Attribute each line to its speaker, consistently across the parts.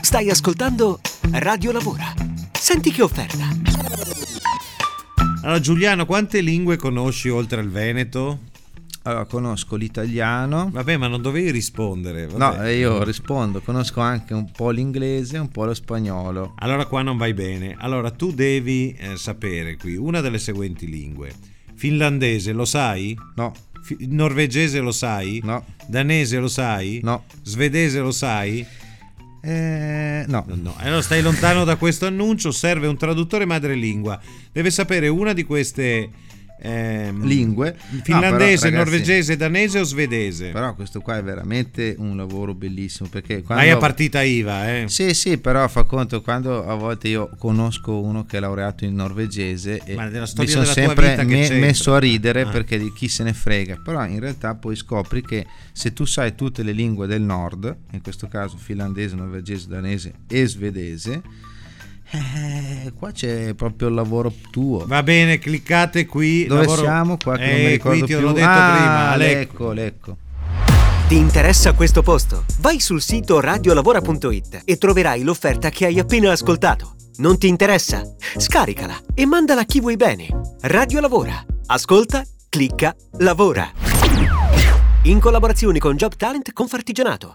Speaker 1: Stai ascoltando Radio Lavora. Senti che offerta.
Speaker 2: Allora Giuliano, quante lingue conosci oltre al Veneto?
Speaker 3: Allora, conosco l'italiano.
Speaker 2: Vabbè, ma non dovevi rispondere. vabbè.
Speaker 3: No, eh, io rispondo, conosco anche un po' l'inglese e un po' lo spagnolo.
Speaker 2: Allora qua non vai bene. Allora tu devi eh, sapere qui una delle seguenti lingue. Finlandese lo sai?
Speaker 3: No,
Speaker 2: Fi- norvegese lo sai?
Speaker 3: no,
Speaker 2: Danese lo sai?
Speaker 3: no.
Speaker 2: Svedese lo sai?
Speaker 3: Eh, no.
Speaker 2: No, no. Allora stai lontano da questo annuncio, serve un traduttore madrelingua. Deve sapere una di queste ehm,
Speaker 3: Lingue.
Speaker 2: Finlandese,
Speaker 3: No, però, ragazzi,
Speaker 2: norvegese, danese o svedese.
Speaker 3: Però questo qua è veramente un lavoro bellissimo perché quando...
Speaker 2: Vai a partita IVA, eh.
Speaker 3: Mm. Sì, sì, però fa conto quando a volte io conosco uno che è laureato in norvegese e
Speaker 2: Ma della
Speaker 3: mi
Speaker 2: storia
Speaker 3: sono
Speaker 2: della tua
Speaker 3: sempre
Speaker 2: vita che
Speaker 3: me-
Speaker 2: c'entra?
Speaker 3: messo a ridere
Speaker 2: Ah.
Speaker 3: perché di chi se ne frega, però in realtà poi scopri che se tu sai tutte le lingue del nord, in questo caso finlandese, norvegese, danese e svedese, eh, qua c'è proprio il lavoro tuo.
Speaker 2: Va bene, cliccate qui.
Speaker 3: Dove
Speaker 2: lavoro-
Speaker 3: siamo? Qua che non
Speaker 2: Eh,
Speaker 3: mi ricordo
Speaker 2: qui ti
Speaker 3: più.
Speaker 2: l'ho detto
Speaker 3: Ah, ecco.
Speaker 2: prima. Lecco.
Speaker 3: Lecco, Lecco.
Speaker 1: Ti interessa questo posto? Vai sul sito radiolavora.it e troverai l'offerta che hai appena ascoltato. Non ti interessa? Scaricala e mandala a chi vuoi bene. Radio Lavora. Ascolta, clicca, lavora. In collaborazione con Job Talent Confartigianato.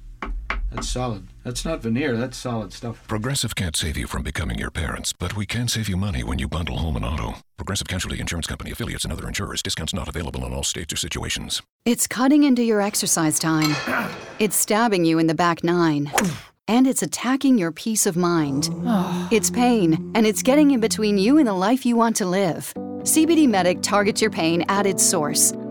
Speaker 4: That's solid. That's not veneer, that's solid stuff.
Speaker 5: Progressive can't save you from becoming your parents, but we can save you money when you bundle home and auto. Progressive Casualty Insurance Company affiliates and other insurers. Discounts not available in all states or situations.
Speaker 6: It's cutting into your exercise time. It's stabbing you in the back nine. And it's attacking your peace of mind. It's pain, and it's getting in between you and the life you want to live. CBD Medic targets your pain at its source.